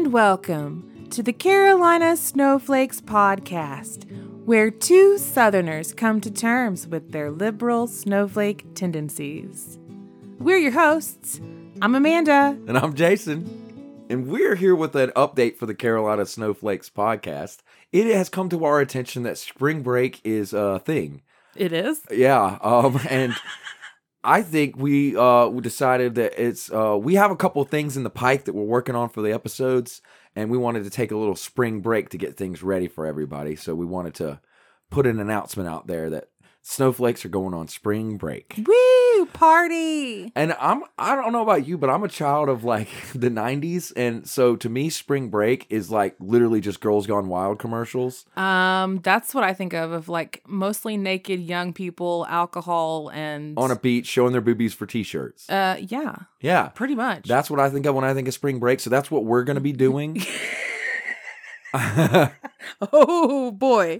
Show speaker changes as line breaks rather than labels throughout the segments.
Welcome to the Carolina Snowflakes Podcast, where two Southerners come to terms with their liberal snowflake tendencies. We're your hosts. I'm Amanda.
And I'm Jason. And we're here with an update for the Carolina Snowflakes podcast. It has come to our attention that spring break is a thing.
It is.
Yeah. Um, and I think we uh, we decided that it's uh, we have a couple of things in the pike that we're working on for the episodes, and we wanted to take a little spring break to get things ready for everybody. So we wanted to put an announcement out there that snowflakes are going on spring break.
Woo! Party!
And I'm I don't know about you, but I'm a child of like the 90s and so to me spring break is like literally just girls gone wild commercials.
Um, that's what I think of of like mostly naked young people, alcohol, and
on a beach showing their boobies for t-shirts.
uh, yeah,
yeah.
pretty much.
That's what I think of when I think of spring break. So that's what we're going to be doing.
oh boy.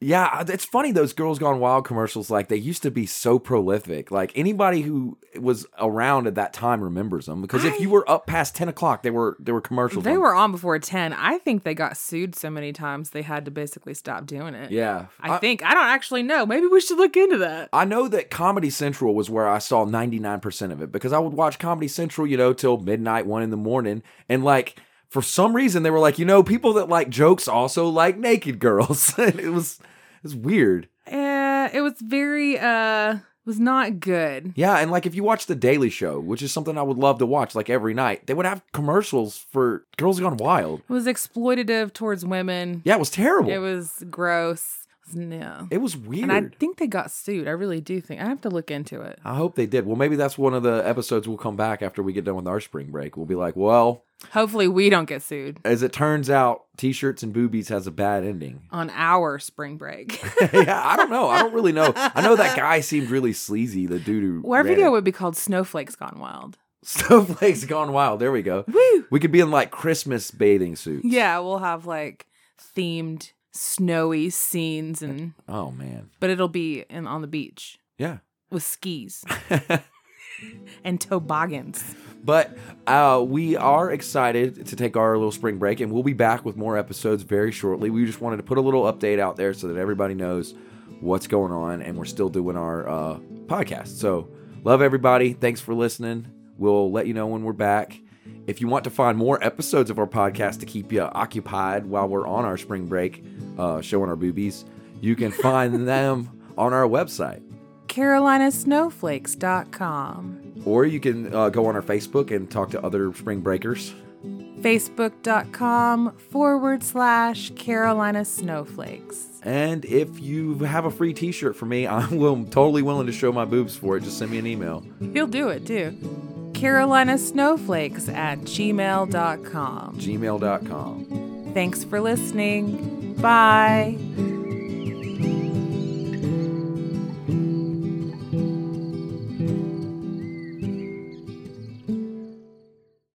yeah, it's funny those girls gone wild commercials like they used to be so prolific. Like anybody who was around at that time remembers them because if you were up past 10 o'clock, they were they were commercials.
They
on-
were on before 10. I think they got sued so many times they had to basically stop doing it.
Yeah.
I, think. I don't actually know. Maybe we should look into that.
I know that Comedy Central was where I saw 99% of it because I would watch Comedy Central, you know, till midnight, one in the morning. And like, for some reason, they were like, you know, people that like jokes also like naked girls. and it was, it was weird.
Uh, it was very, uh, was not good.
Yeah. And like, if you watch The Daily Show, which is something I would love to watch like every night, they would have commercials for Girls Gone Wild.
It was exploitative towards women.
Yeah. It was terrible.
It
It was,
was gross. It was no.
weird.
And I think they got sued. I really do think. I have to look into it.
I hope they did. Well, maybe that's one of the episodes we'll come back after we get done with our spring break. We'll be like, well,
Hopefully, we don't get sued
as it turns out, t-shirts and boobies has a bad ending.
on our spring break.
yeah, I don't know. I don't really know. I know that guy seemed really sleazy. The dude who
Well, Our
ran
video
it.
would be called Snowflakes Gone Wild.
snowflakes gone wild. There we go.
Woo!
We could be in like Christmas bathing suits.
Yeah, we'll have like themed snowy scenes and
Oh man.
but it'll be in on the beach
Yeah.
with skis and toboggans.
But uh, we are excited to take our little spring break, and we'll be back with more episodes very shortly. We just wanted to put a little update out there so that everybody knows what's going on, and we're still doing our uh, podcast. So, love everybody. Thanks for listening. We'll let you know when we're back. If you want to find more episodes of our podcast to keep you occupied while we're on our spring break, uh, showing our boobies, you can find them on our website.
carolinasnowflakes.com,
Or you can uh, go on our Facebook and talk to other spring breakers.
facebook.com forward slash Carolina Snowflakes.
And if you have a free T-shirt for me, I'm will, totally willing to show my boobs for it. Just send me an email.
He'll do it too. Carolina Snowflakes at gmail.com.
Gmail.com.
Thanks for listening. Bye.